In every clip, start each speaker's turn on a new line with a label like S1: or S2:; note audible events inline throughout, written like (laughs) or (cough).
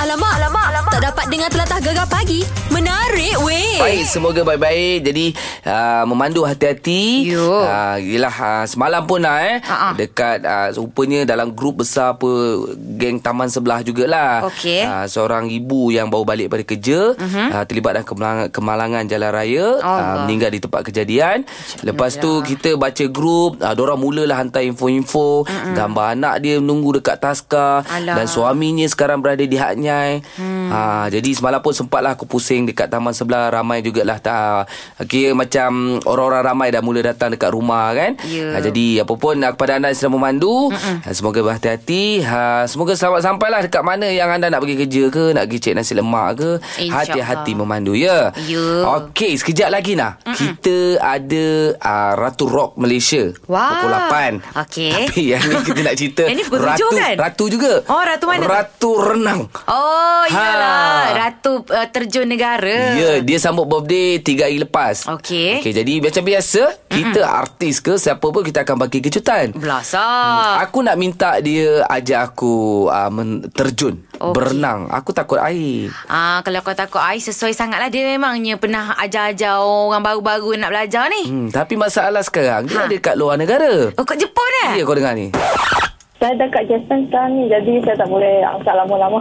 S1: alamak, alamak, alamak. Tak dapat dengar telatah gegar pagi. Menarik weh.
S2: Baik, semoga baik-baik. Jadi, uh, memandu hati-hati.
S3: Yo.
S2: Uh, yelah, uh, semalam pun lah eh.
S3: Ha-ha.
S2: Dekat, uh, rupanya dalam grup besar apa, geng taman sebelah jugalah.
S3: Okey. Mhm.
S2: Uh, seorang ibu yang baru balik dari kerja, uh-huh. uh, terlibat dalam kemalangan, kemalangan jalan raya.
S3: Allah.
S2: Uh, meninggal di tempat kejadian. Lepas tu, kita baca grup. Uh, diorang mulalah hantar info-info. Uh-huh. Gambar anak dia menunggu dekat taska.
S3: Alah.
S2: Dan suaminya sekarang berada di Hak Nyai. Hmm. Ha, jadi semalam pun sempatlah aku pusing dekat taman sebelah ramai jugalah tak ha. kira macam orang-orang ramai dah mula datang dekat rumah kan.
S3: Ya.
S2: Ha, jadi apa pun ah, kepada anda yang sedang memandu ha, semoga berhati-hati. Ha, semoga selamat sampailah dekat mana yang anda nak pergi kerja ke, nak pergi cek nasi lemak ke.
S3: InsyaAllah.
S2: Hati-hati memandu ya.
S3: Ya.
S2: Okey, sekejap lagi nah. Mm-mm. Kita ada uh, Ratu Rock Malaysia
S3: Wah.
S2: pukul 8.
S3: Okey.
S2: Tapi yang ni kita nak cerita
S3: (laughs) Yang ni pukul
S2: Ratu,
S3: tujuh kan?
S2: Ratu juga.
S3: Oh, Ratu mana tu?
S2: Ratu Renang.
S3: Oh, iyalah.
S2: Ha.
S3: Ratu uh, terjun negara.
S2: Ya, yeah, dia sambut birthday tiga hari lepas.
S3: Okey.
S2: Okey, jadi macam biasa, kita artis ke siapa pun kita akan bagi kejutan. Hmm,
S3: Belasah.
S2: Aku nak minta dia ajak aku uh, men- terjun,
S3: Okey.
S2: berenang. Aku takut air.
S3: Ah, kalau kau takut air sesuai sangatlah dia memangnya pernah ajar-ajar orang baru-baru nak belajar ni.
S2: Hmm, tapi masalah sekarang dia
S3: Ha.
S2: ada kat luar negara.
S3: Oh, kat Jepun eh?
S2: Ya, kau dengar ni.
S4: Saya dekat Japan sekarang ni Jadi saya tak boleh angkat lama-lama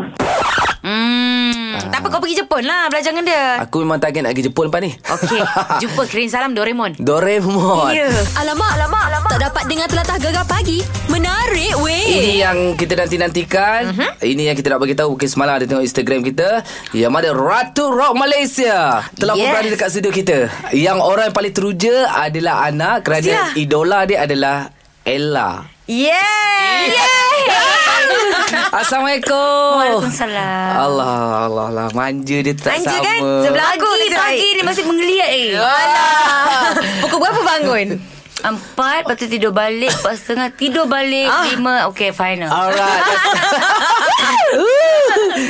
S3: Hmm, tak apa kau pergi Jepun lah belajar dengan dia.
S2: Aku memang target nak pergi Jepun lepas ni.
S3: Okey, jumpa kirim salam Doraemon.
S2: (laughs) Doraemon.
S3: Ya.
S1: Alamak, alamak, alamak. Tak dapat dengar telatah gegar pagi. Menarik
S2: Ini
S1: weh.
S2: yang kita nanti-nantikan. Uh-huh. Ini yang kita nak bagi tahu mungkin semalam ada tengok Instagram kita yang mana Ratu Rock Malaysia telah yes.
S3: Yes.
S2: berada dekat studio kita. Yang orang yang paling teruja adalah Ana kerana
S3: Pastilah.
S2: idola dia adalah Ella.
S3: Yeah. Yeah.
S2: Assalamualaikum.
S3: Waalaikumsalam.
S2: Allah Allah Allah manja dia Oh. tak
S3: Manja
S2: sama. Ya.
S3: kan? Sebelah aku
S5: Pagi, pagi
S3: dia masih menggeliat eh.
S2: Ah.
S5: Alah. Pukul berapa bangun?
S3: Empat, lepas tu tidur balik, empat setengah tidur balik,
S5: Ah.
S3: lima. Okay, final.
S2: Alright.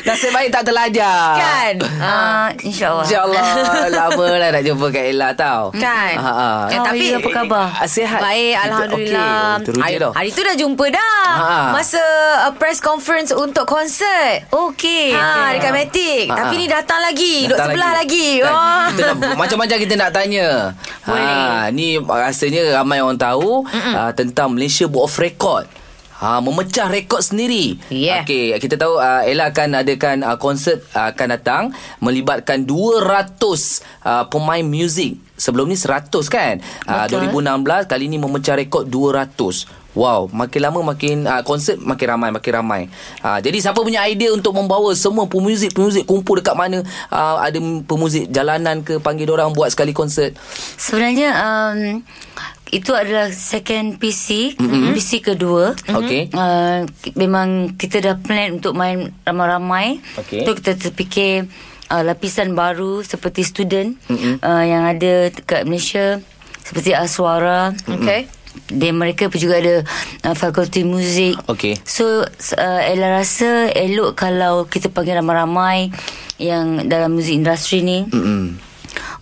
S2: Nasib baik tak terlajar.
S5: Kan?
S3: Ah, InsyaAllah.
S2: InsyaAllah Lama lah nak jumpa Kak Ella tau
S5: Kan?
S2: ha, ha.
S5: Eh,
S3: Kau
S5: tapi-
S3: Ella, apa khabar?
S2: Ah, Sihat
S5: Baik, Alhamdulillah.
S2: okay. Teruja
S5: hari,
S2: dah
S5: hari tu dah jumpa dah.
S2: Ha.
S5: Masa uh, press conference untuk konsert.
S3: Okay.
S5: Ha, dekat Matic.
S2: Ha,
S5: Tapi
S2: ha.
S5: ni datang lagi. Duduk
S2: Datang
S5: sebelah lagi.
S2: Kan?
S5: Wah.
S2: Kita
S5: (laughs)
S2: nak, macam-macam kita nak tanya. Ha, ni rasanya ramai orang tahu uh, tentang Malaysia Book of Record. Ha, memecah rekod sendiri.
S5: Yeah.
S2: Okey, kita tahu uh, Ella akan adakan uh, konsert uh, akan datang melibatkan 200 uh, pemain muzik. Sebelum ni 100 kan? Uh, 2016 kali ni memecah rekod 200. Wow, makin lama makin uh, konsert makin ramai makin ramai. Uh, jadi siapa punya idea untuk membawa semua pemuzik-pemuzik kumpul dekat mana uh, ada pemuzik jalanan ke panggil orang buat sekali konsert.
S3: Sebenarnya um, itu adalah second PC, mm-hmm. PC kedua.
S2: Mhm. Okey.
S3: Uh, ki- memang kita dah plan untuk main ramai-ramai.
S2: Okey.
S3: Tu kita terfikir uh, lapisan baru seperti student mm-hmm. uh, yang ada dekat Malaysia seperti Aswara.
S5: Okay.
S3: Dan mereka pun juga ada uh, fakulti muzik.
S2: Okey.
S3: So s- uh, Ella rasa elok kalau kita panggil ramai-ramai yang dalam muzik industri ni.
S2: Hmm.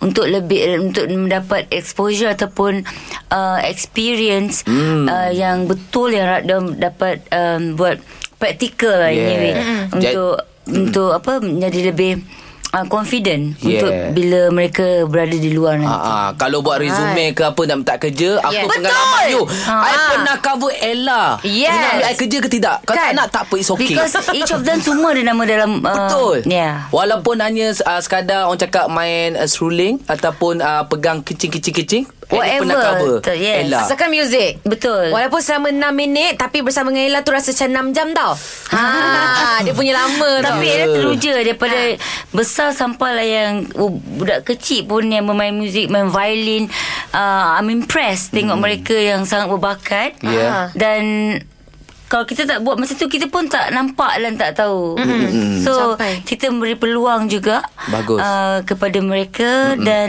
S3: untuk lebih untuk mendapat exposure ataupun uh, experience
S2: Hmm.
S3: mm. uh, yang betul yang ra- dan dapat um, buat practical lah
S2: Yeah. Mm.
S3: anyway
S2: Mm-mm.
S3: untuk untuk apa menjadi lebih uh, confident
S2: Yeah.
S3: untuk bila mereka berada di luar nanti.
S2: Ah, ah, kalau buat resume ke apa nak minta kerja, apa
S5: Yeah.
S2: pengalaman
S5: Betul!
S2: you?
S3: Ah.
S2: I pernah cover Ella.
S5: Yes.
S2: You nak ambil I kerja ke tidak? Kalau tak
S3: Kan?
S2: nak tak apa, it's okay. (laughs)
S3: Because each of them semua ada nama dalam uh,
S2: Betul.
S3: Yeah.
S2: Walaupun hanya uh, sekadar orang cakap main uh, seruling ataupun uh, pegang kecing-kecing-kecing, Ella pernah
S3: Whatever.
S2: cover.
S3: Betul, yes.
S2: Ella.
S5: Asalkan muzik.
S3: Betul.
S5: Walaupun selama 6 minit tapi bersama dengan Ella tu rasa macam 6 jam tau. Ha, (laughs) dia punya
S2: (laughs)
S5: lama tau.
S3: Tapi
S2: Ya.
S3: Ella teruja daripada besar sampai lah yang oh, budak kecil pun yang bermain muzik, main violin. Uh, I'm impressed tengok mereka yang sangat berbakat.
S2: Ya.
S3: Dan kalau kita tak buat masa tu kita pun tak nampak dan tak tahu. Mm-hmm. So
S5: Sampai.
S3: kita memberi peluang juga
S2: Bagus.
S3: Uh, kepada mereka mm dan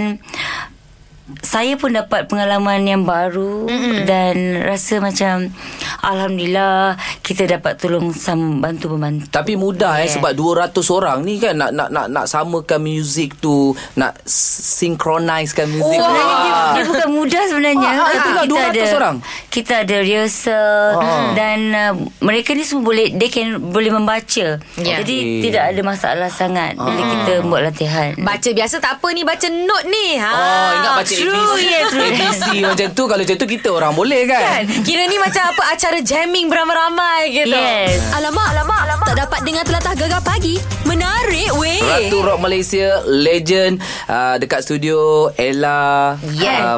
S3: saya pun dapat pengalaman yang baru mm-hmm. dan rasa macam alhamdulillah kita dapat tolong sama bantu membantu.
S2: Tapi mudah yeah. eh
S3: Yeah.
S2: sebab 200 orang ni kan nak nak nak nak samakan muzik tu, nak sinkronizekan muzik.
S5: Wah.
S3: Sebenarnya dia,
S2: Wah.
S3: dia bukan mudah sebenarnya.
S2: Wah,
S3: Tapi
S2: itulah 200 orang.
S3: Kita ada rehearsal
S2: Ah.
S3: dan uh, mereka ni semua boleh they can boleh membaca.
S5: Ya.
S3: Jadi
S2: Okey. Ah.
S3: tidak ada masalah sangat bila kita buat latihan.
S5: Baca biasa tak apa ni Baca note ni ha,
S2: Oh, ingat baca
S3: true,
S2: ABC.
S3: yeah, true.
S2: ABC macam tu kalau macam tu kita orang boleh kan?
S5: kan Kira ni macam apa Acara jamming beramai-ramai gitu
S3: Yes.
S1: Alamak, alamak, alamak. Tak dapat dengar telatah gegar pagi. Menarik weh.
S2: Ratu Rock Malaysia Legend uh, Dekat studio Ella
S3: Yeah.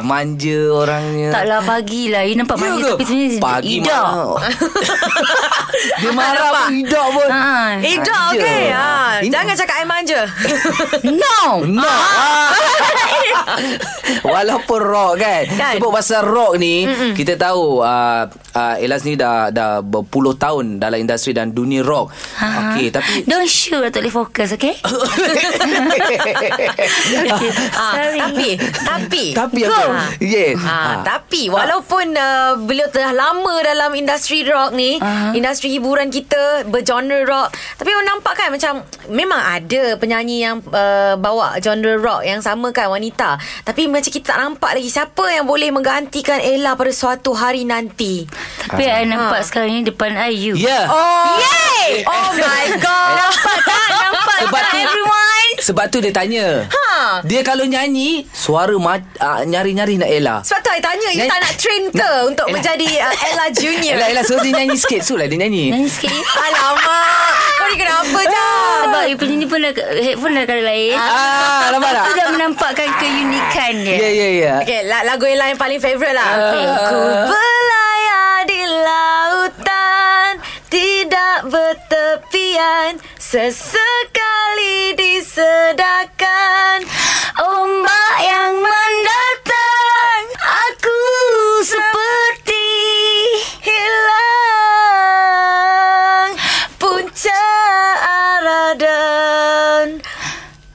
S2: uh, Manja orangnya
S3: Taklah pagi lah You nampak
S2: Ya
S3: manja
S2: ke?
S3: Tapi sebenarnya
S2: Pagi
S3: Ida (laughs)
S2: marah. Dia marah pun Idak pun
S3: Ha.
S5: Eh dah
S2: Manja.
S5: okay ha.
S2: Ini-
S5: Jangan cakap I
S2: (laughs)
S5: manja
S3: No
S2: No (laughs) Walaupun rock kan,
S5: Kan?
S2: Sebab pasal rock ni Mm-mm. Kita tahu uh, uh, Ella sendiri dah, dah Berpuluh tahun Dalam industri dan dunia rock
S3: Ha.
S2: Okey
S5: (laughs)
S2: Tapi
S3: Don't shoot Tak boleh fokus
S2: (laughs)
S3: Okay Okay
S2: Ah.
S5: ha,
S3: Sorry
S2: (laughs)
S5: Tapi Tapi
S2: Tapi Ah.
S5: Go.
S2: apa
S5: Ha.
S2: Yes
S5: Ha, tapi walaupun uh, beliau telah lama dalam industri rock ni,
S2: Ah.
S3: Aha.
S5: industri hiburan kita bergenre rock, tapi orang nampak kan macam memang ada penyanyi yang uh, bawa genre rock yang sama kan wanita. Tapi macam kita tak nampak lagi siapa yang boleh menggantikan Ella pada suatu hari nanti.
S3: Tapi
S2: Ah.
S3: I nampak sekarang ni Depan I you
S2: Yeah
S5: Oh, yay! Oh my
S2: (laughs)
S5: god. nampak tak? Nampak
S2: Sebab
S5: tak
S2: tu-
S5: everyone?
S2: Sebab tu dia tanya
S5: Ha.
S2: Dia kalau nyanyi Suara ma- uh, nyari-nyari nak Ella
S5: Sebab tu I tanya You
S2: Nyanyi-
S5: tak nak train ke
S2: Nak-
S5: Untuk
S2: Ella.
S5: menjadi uh, Ella Junior
S2: Ella, Ella suruh dia nyanyi sikit Suruh lah dia nyanyi
S3: Nangis sikit
S5: Alamak Kau ni kenapa
S2: (laughs)
S5: Jam
S3: Sebab you punya ni pun dah, Headphone dah kali lain
S2: Ah, nampak tak?
S3: Itu dah menampakkan Keunikan dia
S2: Ya, ya, ya
S5: Okay la- lagu Ella yang paling favourite lah
S2: Okay.
S5: Ku berlayar di lautan Tidak bertepian Sesekali disedakan
S3: Ombak yang mendatang Aku seperti
S5: Hilang Punca aradan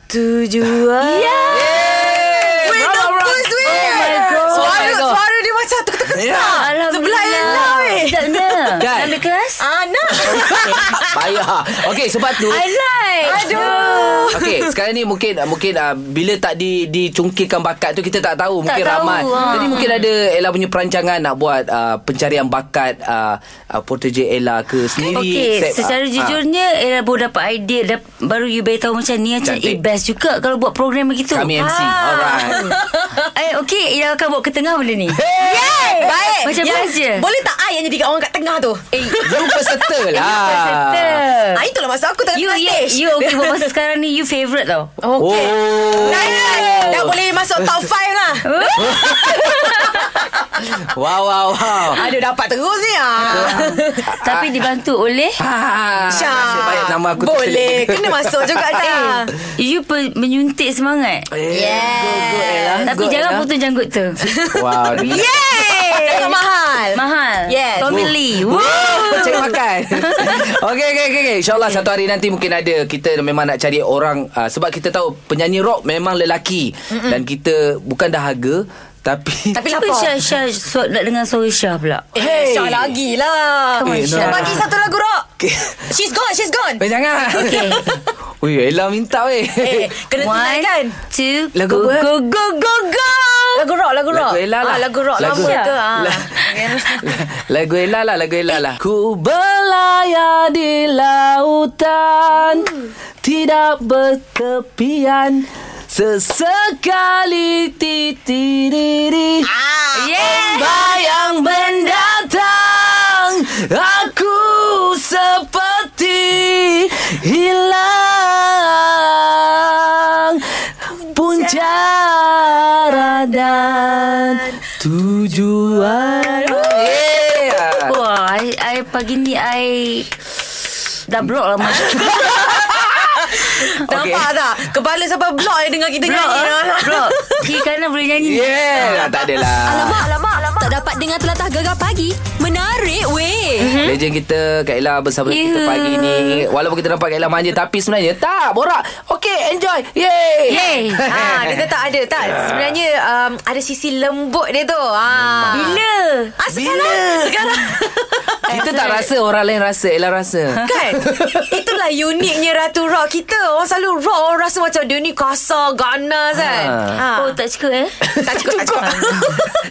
S5: Tujuan
S2: Ya.
S5: yeah. Weh, tembus weh
S3: God.
S5: Suara,
S2: Oh my Oh God. Ya.
S5: suara dia macam terketuk-ketuk Sebelah Ella weh
S3: Sedap
S2: (laughs)
S3: mana?
S2: Kan?
S3: Nak ambil kelas?
S5: Ah, nak
S2: Payah Okay, sebab tu
S3: I like
S5: Aduh
S2: Okay, sekarang ni mungkin mungkin uh, bila tak di dicungkirkan bakat tu kita tak tahu mungkin
S3: tahu,
S2: ramai.
S3: ah.
S2: Jadi mungkin ada Ella punya perancangan nak buat uh, pencarian bakat uh, uh, protege Ella ke sendiri.
S3: Okay,
S2: Set-
S3: secara
S2: ah,
S3: jujurnya Ella baru dapat idea dah, Baru you baru tahu macam ni Macam
S2: Cantik.
S3: eh best juga Kalau buat program begitu
S2: ah, kami MC. Alright.
S3: (laughs) eh, Okay, Ella akan buat ke tengah benda ni
S5: Yeay Baik
S3: Macam
S5: Yang-
S3: best je.
S5: Boleh tak I yang jadi orang kat tengah tu
S3: Eh,
S2: You peserta lah.
S3: Peserta
S5: Ah, itulah maksud aku
S3: You,
S5: tengah-tengah
S3: you,
S5: stage
S3: you okay buat masa sekarang ni You favourite tau
S5: (laughs) Okay
S2: Oh.
S5: Dah, dah, dah boleh masuk (laughs) top 5 lah
S2: Wow, wow, wow.
S5: Aduh dapat terus ni ah.
S3: Tapi dibantu oleh
S2: Ah, nasib baik nama aku tu
S5: Boleh
S2: terselit.
S5: Kena masuk juga dah
S3: You pe- menyuntik semangat
S2: (laughs) Eh, Go, go, Ella.
S3: Tapi
S2: go,
S3: jangan
S5: ya.
S2: Ella.
S3: potong janggut
S5: (laughs)
S3: tu
S2: Wow. ni-
S5: Yeay Tengok mahal
S3: Mahal
S5: Yes.
S3: Tommy
S2: Oh.
S3: Lee
S2: Woo,
S3: Woo.
S2: Cari makan Okay okay okay, okay. InsyaAllah okay. satu hari nanti Mungkin ada Kita memang nak cari orang uh, Sebab kita tahu Penyanyi rock memang lelaki Mm-mm. Dan kita Bukan dahaga Tapi (laughs)
S5: Tapi
S3: Kenapa
S5: lapar
S3: Syah, Syah so, nak dengar suara Syah pula
S5: Hey. Syah lagi lah
S2: Come on, Eh, Syah. Nora.
S5: Bagi satu lagu rock
S2: Okay.
S5: She's gone She's gone
S2: Eh jangan
S3: Okay.
S2: (laughs) Ui Ella minta weh
S5: Eh, Kena tunai
S3: One
S5: kan
S3: Two
S2: Lagu
S3: Go
S2: apa?
S3: go go go go
S5: Lagu rock Lagu rock
S2: (laughs) Lagu Ella lah
S5: ah, Lagu rock
S2: Lagu-
S5: Lagu lama ke ah.
S2: La- Lagu Ella lah Lagu Ella lah Ku berlayar di lautan Tidak bertepian Sesekali titiri
S3: Yeah
S2: Bayang mendatang Aku seperti hilang Punca dan tujuan
S5: Ah.
S2: yeah.
S3: Wah I, I pagi ni I Dah blok lah
S5: (laughs)
S3: masa
S5: Nampak tak Kepala sampai blok Dia dengar kita
S3: Blok
S5: nyanyi
S3: ah. Blok Kiri kanan boleh nyanyi
S5: Ya.
S2: Yeah, Ah, tak adalah.
S1: Alamak, alamak, alamak. Tak dapat dengar telatah gegar pagi. Menarik weh.
S5: (laughs)
S2: Hmm? Legend kita Kak Ella bersama kita
S3: Yuhu.
S2: pagi ni Walaupun kita nampak Kak Ella manja Tapi sebenarnya tak Borak Okey Okey, enjoy. Yay.
S3: Yay.
S2: (laughs)
S5: ha, dia tak ada tak
S1: Ya.
S5: sebenarnya um, ada sisi lembut dia tu. Ha.
S3: Bila?
S5: Ah, sekarang
S2: Bila?
S1: (laughs)
S5: sekarang
S2: Kita tak rasa orang lain rasa, Ella
S5: (laughs)
S2: rasa.
S5: kan itulah uniknya Ratu Rock kita orang selalu rock orang rasa macam dia ni kasar ganas kan
S1: Ah.
S5: ha.
S3: Oh, tak suka eh?
S5: (laughs) tak cukup tak cukup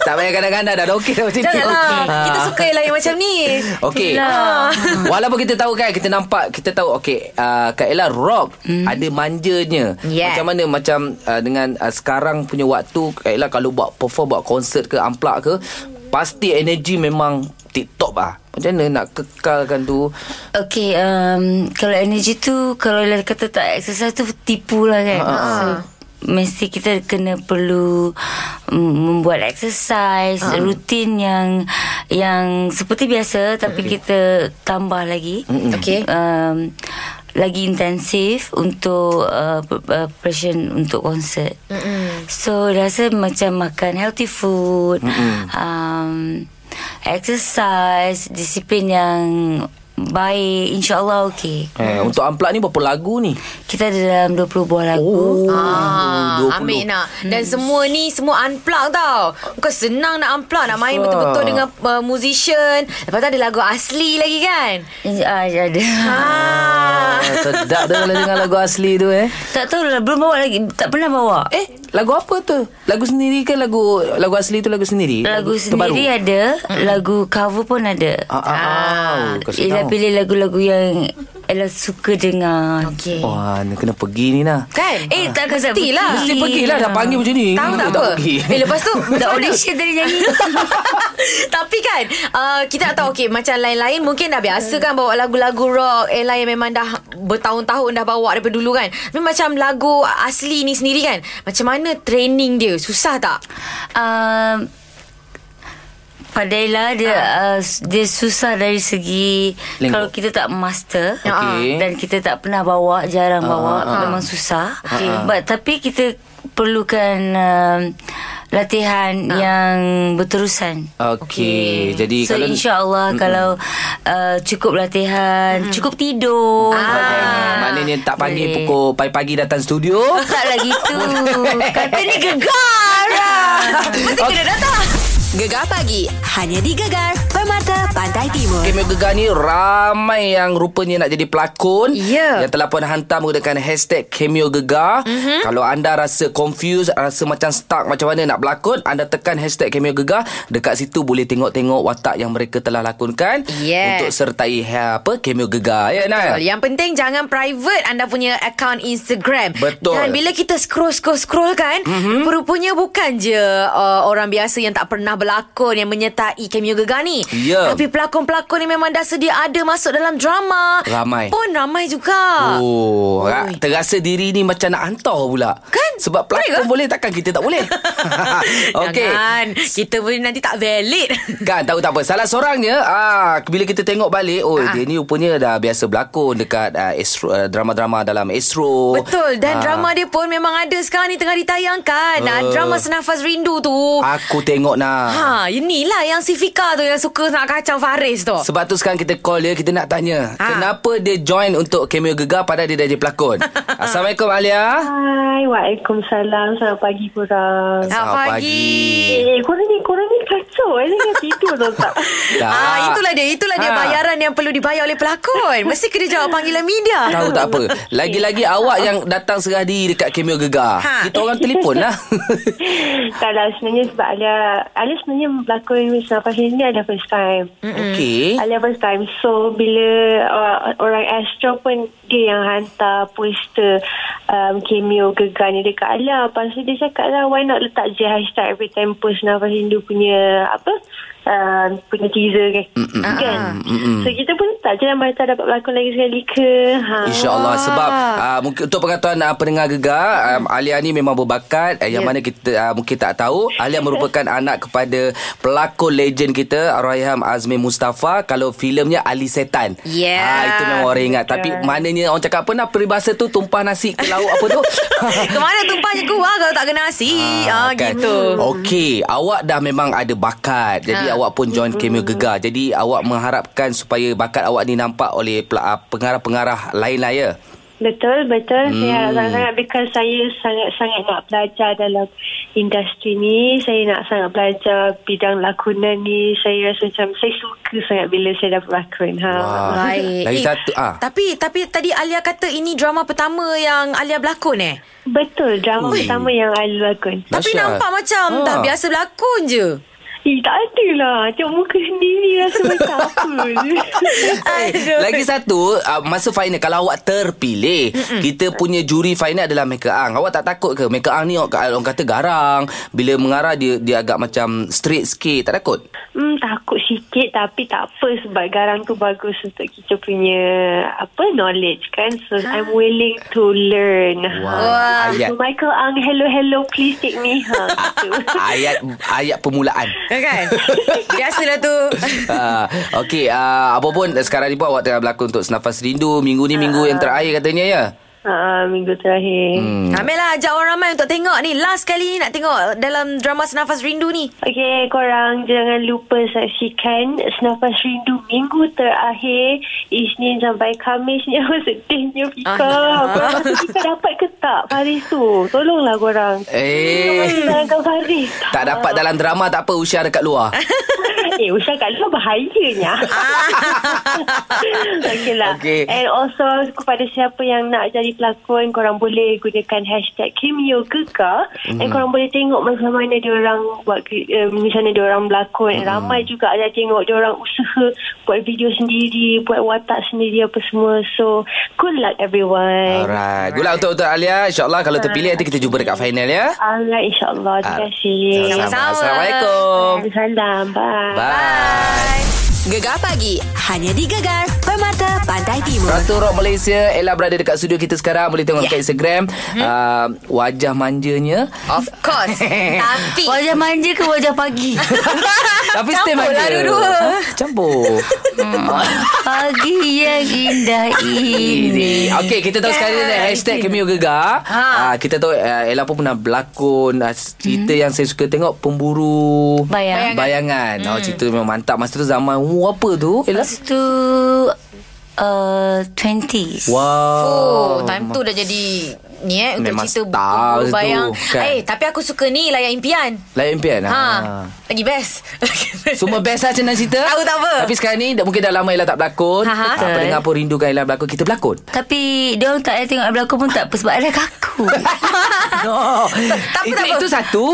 S2: tak payah kadang-kadang dah, dah okey dah macam tu.
S1: (laughs)
S5: janganlah
S2: Ah.
S5: kita suka yang lain macam ni Ah.
S2: Okey.
S1: Oh.
S3: Itulah.
S2: Walaupun kita tahu kan kita nampak kita tahu okey uh, Kak Ella rock hmm. ada manjanya.
S5: Yeah.
S2: Macam mana macam uh, dengan uh, sekarang punya waktu Kak Ella kalau buat perform buat konsert ke amplak ke pasti energi memang TikTok ah. Macam mana nak kekalkan tu?
S3: Okay, um, kalau energy tu, kalau lah kata tak exercise tu, tipu lah kan. So, mesti kita kena perlu mm, membuat exercise, rutin yang yang seperti biasa tapi kita tambah lagi.
S5: Okey.
S3: Um, lagi intensif untuk uh, pre- uh, preparation untuk konsert. Mm-mm. So rasa macam makan healthy food, um, exercise, disiplin yang baik insyaallah okey.
S2: Eh,
S5: Hmm.
S2: untuk amplak ni berapa lagu ni? Oh,
S3: Kita ada dalam 20 buah lagu.
S5: Ah,
S2: 20.
S5: ambil nak Dan semua ni Semua unplug tau Bukan senang nak unplug Nak main
S2: Susah.
S5: betul-betul Dengan uh, musician Lepas tu ada lagu asli lagi kan
S3: Ah, ada.
S5: ah.
S2: Ah, sedap dah kalau dengar lagu asli tu eh.
S3: (laughs) Tak tahu lah belum bawa lagi, tak pernah bawa.
S2: Eh, lagu apa tu? Lagu sendiri ke lagu lagu asli tu lagu sendiri?
S3: Lagu
S2: terbaru?
S3: sendiri ada, lagu cover pun ada.
S2: Ah, ah, ah. Oh, kau
S3: Ella
S2: sedap.
S3: pilih lagu-lagu yang Ella suka dengar.
S5: Okay
S2: Wah, ni kena pergi ni lah.
S5: Oh. Kan
S3: Eh, tak akan saya
S5: Mesti lah
S2: Mesti pergi lah Dah panggil macam ni
S5: Tahu tak
S2: Tak
S5: apa
S2: pergi.
S5: Eh lepas
S2: (laughs)
S5: tu
S3: Dah
S5: macam mana?
S3: audition tadi nyanyi.
S5: (laughs) Tapi kan uh, Kita nak tahu okay, Macam lain-lain Mungkin dah biasa kan Bawa lagu-lagu rock Ella yang memang dah Bertahun-tahun dah bawa Daripada dulu kan Tapi macam lagu asli ni sendiri kan Macam mana training dia Susah tak?
S3: (laughs) um,
S2: Ah.
S3: Padailah dia uh, dia susah dari segi
S2: Lenggok.
S3: kalau kita tak master Ah.
S2: Okey. Ah,
S3: dan kita tak pernah bawa jarang bawa memang susah okay. but tapi kita perlukan um, latihan yang berterusan
S2: Ah. Okey, jadi
S3: so
S2: kalau
S3: insyaallah kalau uh, cukup latihan cukup tidur
S2: Ah, Maknanya tak panggil
S3: Boleh.
S2: pukul pagi-pagi datang studio.
S3: tak lagi
S2: (laughs)
S3: tu kata ni gegar
S5: Mesti kena datang
S1: Gegar pagi. Hanya di Gegar. Permata Pantai Timur.
S2: Cameo Gegar ni ramai yang rupanya nak jadi pelakon
S5: Ya.
S2: Yang telah pun hantar menggunakan hashtag Cameo Gegar
S5: Mhm.
S2: mm-hmm. Kalau anda rasa confused, rasa macam stuck macam mana nak berlakon Anda tekan hashtag Cameo Gegar Dekat situ boleh tengok-tengok watak yang mereka telah lakonkan
S5: Yeah.
S2: Untuk sertai ha, apa Cameo Gegar ya,
S5: Betul. Yang penting jangan private anda punya account Instagram.
S2: Betul. Mhm.
S5: Dan bila kita scroll scroll scroll kan, mm-hmm. rupanya bukan je uh, orang biasa yang tak pernah berlakon yang menyertai cameo gegar ni.
S2: Ya.
S5: Tapi pelakon-pelakon ni memang dah sedia ada masuk dalam drama.
S2: Ramai.
S5: Pun ramai juga. (laughs)
S2: Oh, (laughs) ra- terasa diri ni macam nak hantar pula.
S5: Kan?
S2: Sebab pelakon boleh, boleh takkan kita tak
S5: (laughs)
S2: boleh. (laughs) Okey.
S5: Jangan. Kita pun nanti tak valid. (laughs)
S2: Kan tahu tak apa Salah seorangnya ah, Bila kita tengok balik Oh
S5: Ah.
S2: dia ni rupanya dah biasa berlakon Dekat ah, Astro, ah, drama-drama dalam Astro Ah,
S5: Betul Dan drama dia pun memang ada Sekarang ni tengah ditayangkan uh.
S2: Eh.
S5: Drama Senafas Rindu tu
S2: Aku tengok nak
S5: Ha, inilah yang si Fika tu yang suka nak kacau Faris tu.
S2: Sebab tu sekarang kita call dia Kita nak tanya
S5: Ah.
S2: Kenapa dia join untuk cameo gegar Padahal dia dah jadi pelakon
S5: (laughs)
S2: Assalamualaikum Alia
S4: Hai, Waalaikumsalam. Selamat pagi korang.
S5: Selamat pagi.
S4: Eh, eh, korang ni, korang ni kacau. Saya tengah tidur tau tak.
S2: Dah.
S5: Ah, itulah dia, itulah dia
S2: Ha.
S5: bayaran yang perlu dibayar oleh pelakon. Mesti kena jawab panggilan media. (laughs)
S2: Tahu tak apa Lagi-lagi awak yang datang serah diri Dekat cameo gegar
S5: Ha.
S2: Kita orang telefon
S5: (laughs)
S2: lah
S4: tak lah, sebenarnya sebab Alia, Alia sebenarnya berlakon Senafas ini ada first time.
S2: Okay
S4: Alia first time. So, bila uh, orang Astro pun dia yang hantar poster um, cameo gegar ni dekat Alia. Lepas tu dia cakap lah, why not letak je hashtag every time post Nafas Hindu punya apa? Uh, punya teaser kan. Mm-mm. Kan? Mm-mm. So, kita pun letak je lah Marta dapat berlakon lagi sekali ke. Ha.
S2: InsyaAllah
S5: Ah.
S2: sebab uh, mungkin untuk pengetahuan uh, pendengar gegar um, Alia ni memang berbakat uh,
S5: Ya.
S2: yang mana kita uh, mungkin tak tahu Alia merupakan anak kepada pelakon legend kita Raiham Azmi Mustafa kalau filemnya Ali Setan.
S5: Yeah.
S2: Ah, itu memang orang ingat tapi maknanya orang cakap apa nak peribahasa tu tumpah nasi ke laut apa tu.
S5: Eh, Kemana tumpahnya keluar kalau tak kena nasi? (laughs) Ah, gitu.
S2: Kan?
S5: Ah.
S2: Okey, awak dah memang ada bakat. Jadi awak pun join Cameo Gegar. Jadi awak mengharapkan supaya bakat awak ni nampak oleh pela- ah, pengarah-pengarah lain lah ya.
S4: Betul, betul. Hmm. Saya harap sangat because saya sangat-sangat nak belajar dalam industri ni. Saya nak sangat belajar bidang lakonan ni. Saya rasa macam saya suka sangat bila saya dapat lakon. Ha.
S2: Wah.
S5: Baik.
S2: Ah.
S5: Eh,
S2: Lagi satu, ah.
S5: Tapi tapi tadi Alia kata ini drama pertama yang Alia berlakon eh.
S4: Betul, drama
S2: Ui.
S4: pertama yang I lakon.
S2: Masya
S5: Tapi nampak
S2: Allah.
S5: macam
S2: Ah.
S5: dah biasa berlakon je.
S4: Eh, tak ada lah. Tengok muka sendiri rasa macam apa je.
S2: Eh,
S5: Aduh.
S2: Lagi satu uh, Masa final Kalau awak terpilih Mm-mm. Kita punya juri final adalah Meka Ang Awak tak takut ke Meka Ang ni orang, orang kata garang Bila mengarah dia dia agak macam Straight sikit Tak takut
S4: Hmm, takut sikit tapi tak apa sebab garang tu bagus untuk kita punya apa knowledge kan. So ha. I'm willing to learn. Ha.
S2: Wah. Ayat.
S4: So Michael Ang, hello hello please take me. Ha, gitu.
S2: (laughs) Ayat Ayat permulaan (laughs)
S5: Kan? Biasalah tu.
S2: uh, Okey uh, Apa pun Sekarang ni pun awak tengah berlakon Untuk Senafas Rindu Minggu ni minggu yang terakhir katanya ya
S4: ha, minggu terakhir.
S5: Hmm.
S4: Hmm.
S5: Ambil lah ajak orang ramai untuk tengok ni. Last kali ni nak tengok dalam drama Senafas Rindu ni.
S4: Okay, korang jangan lupa saksikan Senafas Rindu minggu terakhir Isnin sampai Kamisnya (laughs) sedihnya Fika.
S5: Ah.
S4: Korang rasa Fika dapat ke tak Faris tu? Tolonglah korang.
S2: Eh.
S4: Tolong Jangan Faris.
S2: Tak dapat dalam drama Tak apa Usha dekat luar
S4: eh, usah kat luar bahayanya. (laughs) Okey
S2: Ah.
S4: lah.
S2: Okey.
S4: And also, kepada siapa yang nak jadi pelakon, korang boleh gunakan hashtag Kimio Keka. Mm. And
S2: Hmm.
S4: korang boleh tengok macam mana diorang buat, ke- um, macam mana diorang
S2: Hmm.
S4: berlakon. Mm. Ramai juga ada tengok diorang usaha buat video sendiri, buat watak sendiri apa semua. So, good luck everyone.
S2: Alright Good luck untuk, untuk Alia InsyaAllah kalau terpilih Nanti kita jumpa dekat final ya
S4: Alright, insyaAllah. Terima kasih.
S2: Sama-sama.
S5: Sama-sama.
S2: Assalamualaikum
S4: Salam. Bye.
S2: Bye
S1: Gegar pagi hanya di Gegar Permata Pantai Timur.
S2: Ratu Rock Malaysia Ella berada dekat studio kita sekarang Boleh tengok yeah. kat Instagram hmm. uh, Wajah manjanya
S5: Of course. (laughs) Tapi.
S3: Wajah manja ke wajah (laughs) pagi?
S2: Tapi still
S5: Campur
S2: manja
S5: lah dua-dua.
S2: Ha? Campur Ah,
S3: pagi yang indah ini.
S2: Ini Okay kita tahu sekarang ni Hashtag Cameo Gegar ha. uh, Kita tahu uh, Ella pun pernah berlakon uh, Cerita yang saya suka tengok Pemburu
S3: Bayang.
S2: Bayangan hmm. oh, Cerita memang mantap Masa tu zaman oh, Apa tu Ella
S3: Lepas tu uh, 20s.
S5: Oh,
S2: Wow
S5: time tu dah jadi ni eh untuk
S2: Memang
S5: cerita
S2: star
S5: buku
S2: tu,
S5: bayang.
S2: kan?
S5: Eh, tapi aku suka ni layak impian.
S2: Layan impian
S5: Ha.
S2: Ah.
S5: Lagi best. (laughs)
S2: Semua best lah Cina cerita
S5: Tahu tak apa?
S2: Tapi sekarang ni dah- Mungkin dah lama Ella tak berlakon
S5: Ha, ha.
S2: Ah,
S3: Betul.
S2: Pendengar pun rindukan Ella berlakon Kita
S5: (laughs)
S2: berlakon
S3: Tapi dia orang tak payah tengok I berlakon pun tak apa sebab I dah (laughs) kaku.
S2: No
S5: tak apa,
S2: itu,
S5: tak apa. Ha.
S2: itu satu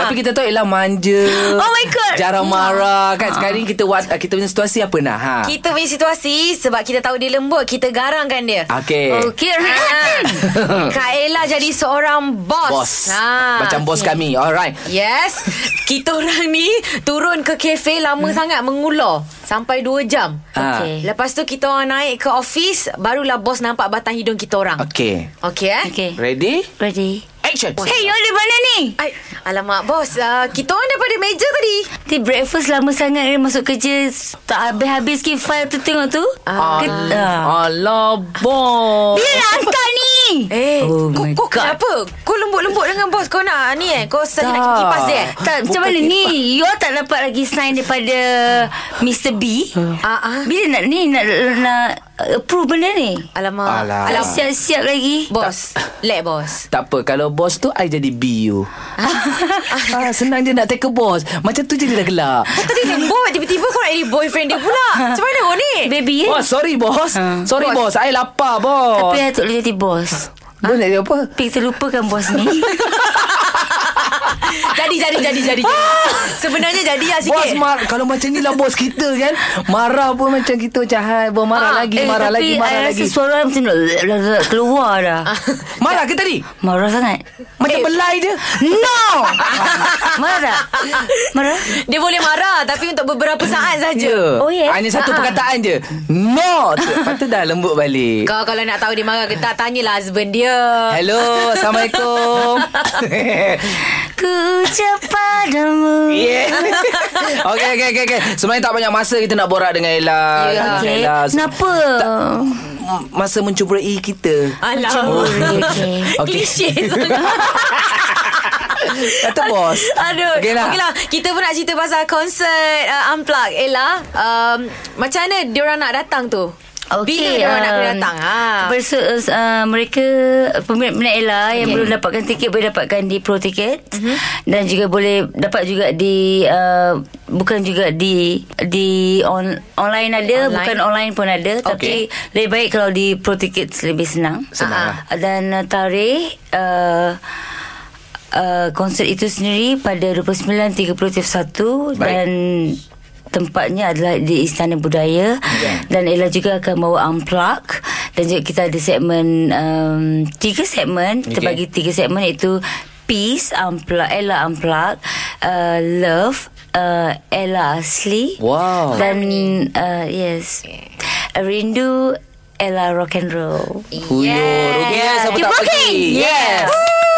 S2: Tapi kita tahu Ella manja
S5: Oh my God. Ha.
S2: Jarang marah Kan sekarang ni kita wat- Kita punya situasi apa nak ha?
S5: kita punya situasi sebab kita tahu dia lembut, kita garangkan dia.
S2: Okay,
S3: Okey,
S5: Ah.
S2: (laughs)
S5: Kak Ella jadi seorang bos. Ha.
S2: Bos Macam bos kami Alright
S5: Yes Kita orang ni Turun ke kafe Lama hmm. sangat Mengulur Sampai 2 jam
S2: Ah.
S3: Okey.
S5: Lepas tu kita orang naik ke office Barulah bos nampak Batang hidung kita orang
S2: Okay
S5: Okey eh
S3: Okey.
S2: Ready
S3: Ready?
S2: Action
S3: Hey, you di mana ni?
S5: Ay, alamak bos uh, Kita orang daripada meja tadi
S3: Di breakfast lama sangat I masuk kerja s- tak habis-habis ke file tu tengok tu. Ah. Ke, ah.
S2: Alah bos
S3: Bila nak angkat ni?
S5: Eh oh
S3: Oh
S5: kau,
S3: my
S5: kau kenapa Kau lembut-lembut dengan bos Kau nak ni eh Kau saja nak
S2: Tak.
S5: kipas dia eh?
S3: Tak, macam mana ni? You all tak dapat lagi sign daripada Mr. B?
S5: Ah, ah.
S3: Bila nak ni, nak, nak approve benda ni?
S5: Alamak
S2: Alah.
S3: Alah,
S5: Alamak
S3: siap-siap lagi.
S5: Bos Let
S2: (laughs)
S5: bos
S2: tak apa Kalau bos tu I jadi
S5: (laughs)
S2: B you ah, Senang je nak take a bos Macam tu je dia dah gelak
S5: Kan Tadi lembut Tiba-tiba kau nak jadi boyfriend dia pula Macam mana kau ni
S3: Baby, eh?
S2: Oh sorry bos
S3: Ha.
S2: Sorry bos I lapar bos
S3: Tapi ah, I tak boleh jadi bos.
S2: Bos nak jadi apa
S3: Tapi kita lupakan bos
S5: (laughs)
S3: ni.
S5: Jadi jadi jadi jadi, jadi. Sebenarnya jadi lah sikit
S2: Bos mar Kalau macam ni lah bos kita kan Marah pun macam kita Macam hai Bos marah
S3: Ah,
S2: lagi
S3: eh,
S2: Marah
S3: tapi
S2: lagi Marah
S3: I
S2: lagi
S3: rasa suara I macam nak nak- nak keluar dah.
S2: (laughs)
S5: Ah.
S2: Marah ke tadi
S3: Marah sangat.
S2: Macam
S3: Eh.
S2: belai je
S3: (laughs) No! Marah
S5: (laughs)
S3: tak? Marah?
S5: Dia boleh marah Tapi untuk beberapa saat saja. Ah,
S3: Oh, ya?
S2: Hanya Ah, satu
S5: Ha-ha.
S2: perkataan je No Tu- Lepas tu dah lembut balik
S5: Kau kalau nak tahu dia marah ke tak Tanyalah husband dia
S2: Hello
S3: (laughs)
S2: Assalamualaikum
S3: Ku ucap padamu.
S2: Yeah (laughs) Okay okay okay, okay. Sebenarnya tak banyak masa Kita nak borak dengan Ella
S5: Ya.
S2: Dengan
S3: Okay.
S2: Ella.
S3: Kenapa?
S2: M- Masa mencuburai E kita
S5: Alah (laughs)
S3: Oh, okay.
S2: Okay.
S5: Klise sangat
S2: (laughs) Kata bos
S5: (laughs) Aduh
S2: Okay lah,
S5: Okey lah Kita pun nak cerita Eh lah, pasal konsert uh, Unplug Ella um, Macam mana diorang nak datang tu Bila diorang nak
S3: um,
S5: kena datang? Ah.
S3: Perso, uh, mereka pemilik Minat Ella yang belum dapatkan tiket boleh dapatkan di Pro Ticket
S5: Mhm.
S3: dan juga boleh dapat juga di uh, bukan juga di di on, online ada
S5: Online.
S3: bukan online pun ada okay. tapi lebih baik kalau di Pro Ticket lebih senang.
S2: Senang
S3: Ah. Dan uh, tarikh uh, Uh, konsert itu sendiri pada 29.30 31
S2: Baik.
S3: dan tempatnya adalah di Istana Budaya
S2: Ya.
S3: dan Ella juga akan bawa unplug dan juga kita ada segmen um, tiga segmen
S2: Okey.
S3: terbagi tiga segmen iaitu peace unplug Ella unplug uh, love uh, Ella asli
S2: Wow.
S3: dan uh, yes rindu Ella rock and roll
S2: Huyo yeah. Rukia Siapa
S3: Keep
S2: tak
S3: rocking.
S2: pergi Yes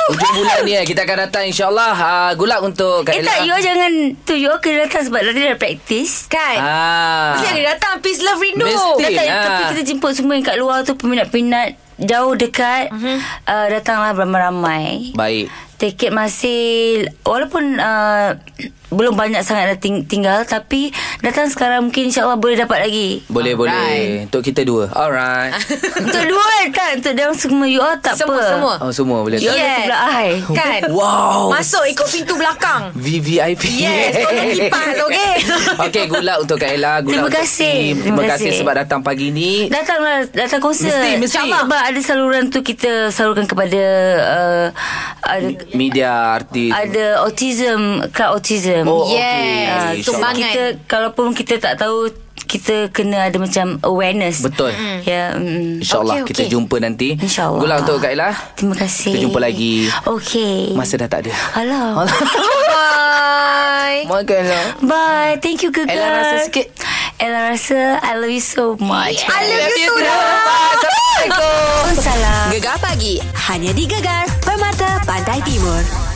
S2: Hujung bulan ni eh, Kita akan datang insyaAllah uh, Good luck untuk Kak
S3: Eh tak You
S2: Ella
S3: all jangan Tu you all kena datang Sebab nanti dah praktis
S5: Kan?
S2: Ah.
S5: Mesti ada datang Peace, love, rindu.
S2: Mesti.
S3: Datang
S2: lah.
S3: Tapi kita jemput semua yang kat luar tu Peminat-peminat Jauh dekat
S2: Mhm.
S3: uh-huh. uh, Datanglah beramai-ramai
S2: Baik
S3: Tiket masih Walaupun uh, Belum banyak sangat dah ting- tinggal Tapi Datang sekarang mungkin InsyaAllah boleh dapat lagi
S2: (laughs) Boleh boleh Untuk kita dua
S5: (laughs)
S2: Alright
S3: Untuk dua kan Untuk dia orang semua You all tak apa
S5: Semua-semua.
S2: Oh semua boleh
S3: You all
S5: Yes.
S3: yes. sebelah I
S5: Kan?
S2: Wow
S5: Masuk ikut pintu belakang.
S2: VVIP
S5: Yes, kau tak kipas,
S2: (laughs)
S5: okay?
S2: Okay good luck untuk Kak Ella Good
S3: Terima
S2: luck untuk
S3: kasih.
S2: team.
S3: Terima
S2: Terima kasih
S3: kasih.
S2: sebab datang pagi ni
S3: Datanglah Datang konsert
S2: Mesti, mesti.
S3: InsyaAllah. Sebab ada saluran tu Kita salurkan kepada uh, ada,
S2: Media artis
S3: ada autism Club autism
S2: Oh, okey.
S5: Yes.
S2: InsyaAllah.
S3: So
S5: Sumbangan.
S3: kita Kalaupun kita tak tahu Kita kena ada macam Awareness
S2: Betul.
S3: mm. Ya mm.
S2: InsyaAllah
S5: Okey, okey.
S2: okay, okay. kita jumpa nanti
S3: InsyaAllah
S2: Good luck untuk Kak Ella
S3: Terima kasih
S2: Kita jumpa lagi.
S3: Okay
S2: Masa dah tak ada (laughs)
S3: Alah
S5: Bye.
S2: Makan lah
S3: Bye Thank you Gegar
S2: Ella rasa sikit.
S3: Ella rasa I love you so much
S5: I love you too.
S1: Assalamualaikum. Gegar pagi hanya di Gegar Permata Pantai Timur.